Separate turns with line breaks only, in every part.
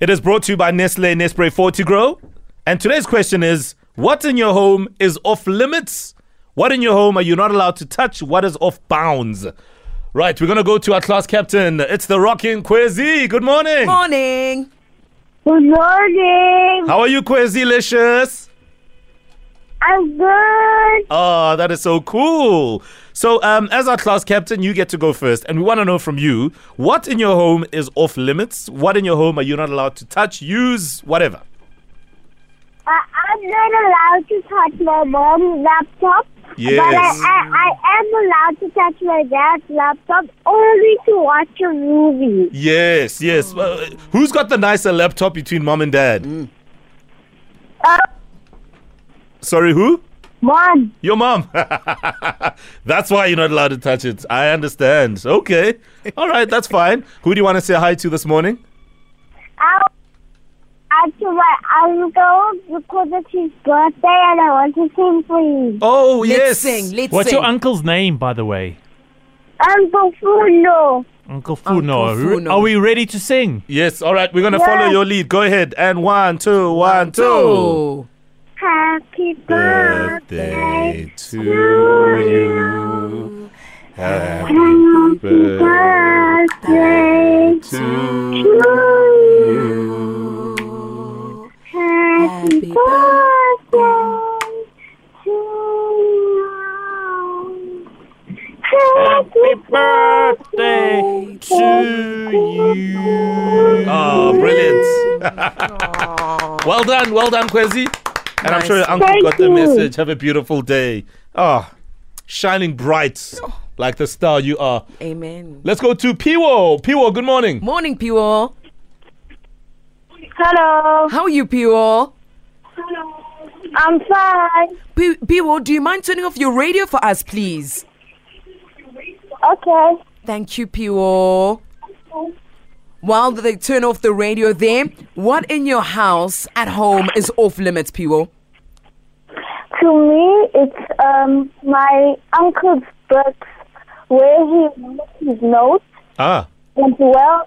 It is brought to you by Nestle Nespre Fortigro. And today's question is What in your home is off limits? What in your home are you not allowed to touch? What is off bounds? Right, we're going to go to our class captain. It's the rocking Kwezi. Good morning.
Morning.
Good morning.
How are you, Kwezi Licious?
I'm good.
Oh, that is so cool. So, um, as our class captain, you get to go first. And we want to know from you what in your home is off limits? What in your home are you not allowed to touch, use, whatever?
I, Uh, I'm not allowed to touch my mom's laptop. But I,
Yes.
I, I am allowed to touch my dad's laptop only to watch a movie.
Yes, yes. Well, uh, who's got the nicer laptop between mom and dad?
Uh,
Sorry, who?
Mom,
Your mom. that's why you're not allowed to touch it. I understand. Okay. All right, that's fine. Who do you want to say hi to this morning?
I I to my uncle because it's his birthday and I want to sing for him.
Oh,
Let's
yes.
sing. Let's
What's
sing.
your uncle's name, by the way?
Uncle Funo.
Uncle Funo.
Uncle Funo.
Are we ready to sing?
Yes, all right. We're going to
Yeah.
follow your lead. Go ahead. And one, two, one, two.
Happy birthday.
to you. Happy
Happy birthday
to
to you. Happy birthday to you. Happy birthday
to you. Oh, brilliant. well done, well done, Kwezi. And I'm
Nice.
sure your uncle
Thank
got the
you.
message. Have a beautiful day. Ah, shining bright like the star you are.
Amen.
Let's go to Piwo. Piwo, good morning.
Morning, Piwo.
Hello.
How are you, Piwo?
I'm fine.
P- Piwo, do you mind turning off your radio for us, please?
Okay.
Thank you, Piwo. While they turn off the radio there, what in your house at home is off limits, Piwo?
To me, it's um my uncle's books where he makes his notes.
Ah,
as well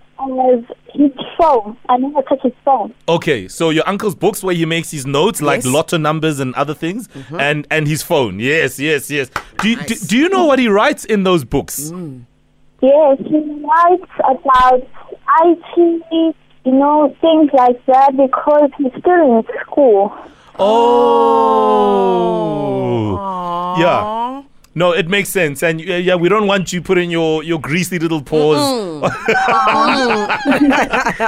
as his phone. I never touch his phone.
okay. So your uncle's books where he makes his notes, like
Yes. Mm-hmm.
lotto numbers and other things, and and his phone. Yes, yes, yes. Do you, do,
Nice. Mm.
do you know what he writes in those books?
Yes, he writes about IT, you know, things like that because he's still in school.
Oh. Yeah. No, it makes sense. And yeah, yeah, we don't want you putting your, your greasy little paws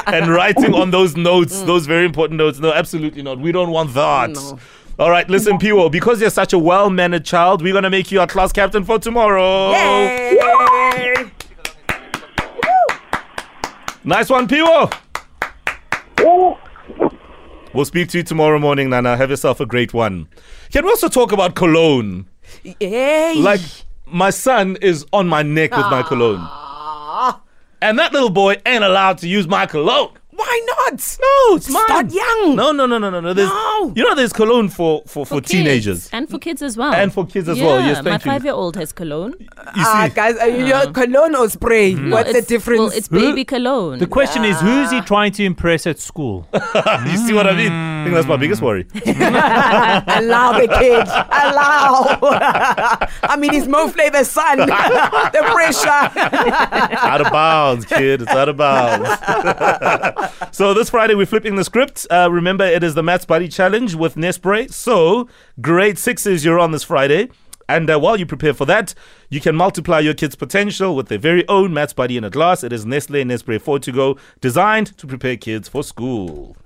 and writing on those notes, those very important notes. No, absolutely not. We don't want that.
Mm. No.
All right, listen, Piwo, because you're such a well mannered child, we're going to make you our class captain for tomorrow.
Yay!
Nice one, Piwo.
Yeah.
We'll speak to you tomorrow morning, Nana. Have yourself a great one. Can we also talk about cologne?
Yay!
Like, my son is on my neck with
Ah.
my cologne. And that little boy ain't allowed to use my cologne.
Why not?
No, it's mine.
Start young.
No, no, no, no, no, no. There's,
No.
You know, there's cologne for, for, for,
kids.
teenagers.
and for kids as well
And for kids as well,
Yeah,
yes,
my
thank you.
five-year-old has cologne
You
Ah,
see,
guys, are you your cologne or spray?
Mm.
What's the
It's-
difference?
well it's baby cologne
The question is, who's he trying to impress at school?
you see what I mean? I think that's my biggest worry.
Allow the kid. Allow. I mean, he's Mo Flavor's son. the pressure.
out of bounds, kid. It's out of bounds. so this Friday we're flipping the script. Uh, remember, it is the Maths Buddy Challenge with Nespray. So grade sixes, you're on this Friday. And uh, while you prepare for that, you can multiply your kids' potential with their very own Maths Buddy in a glass. It is Nestle Nespray 4 to go, designed to prepare kids for school.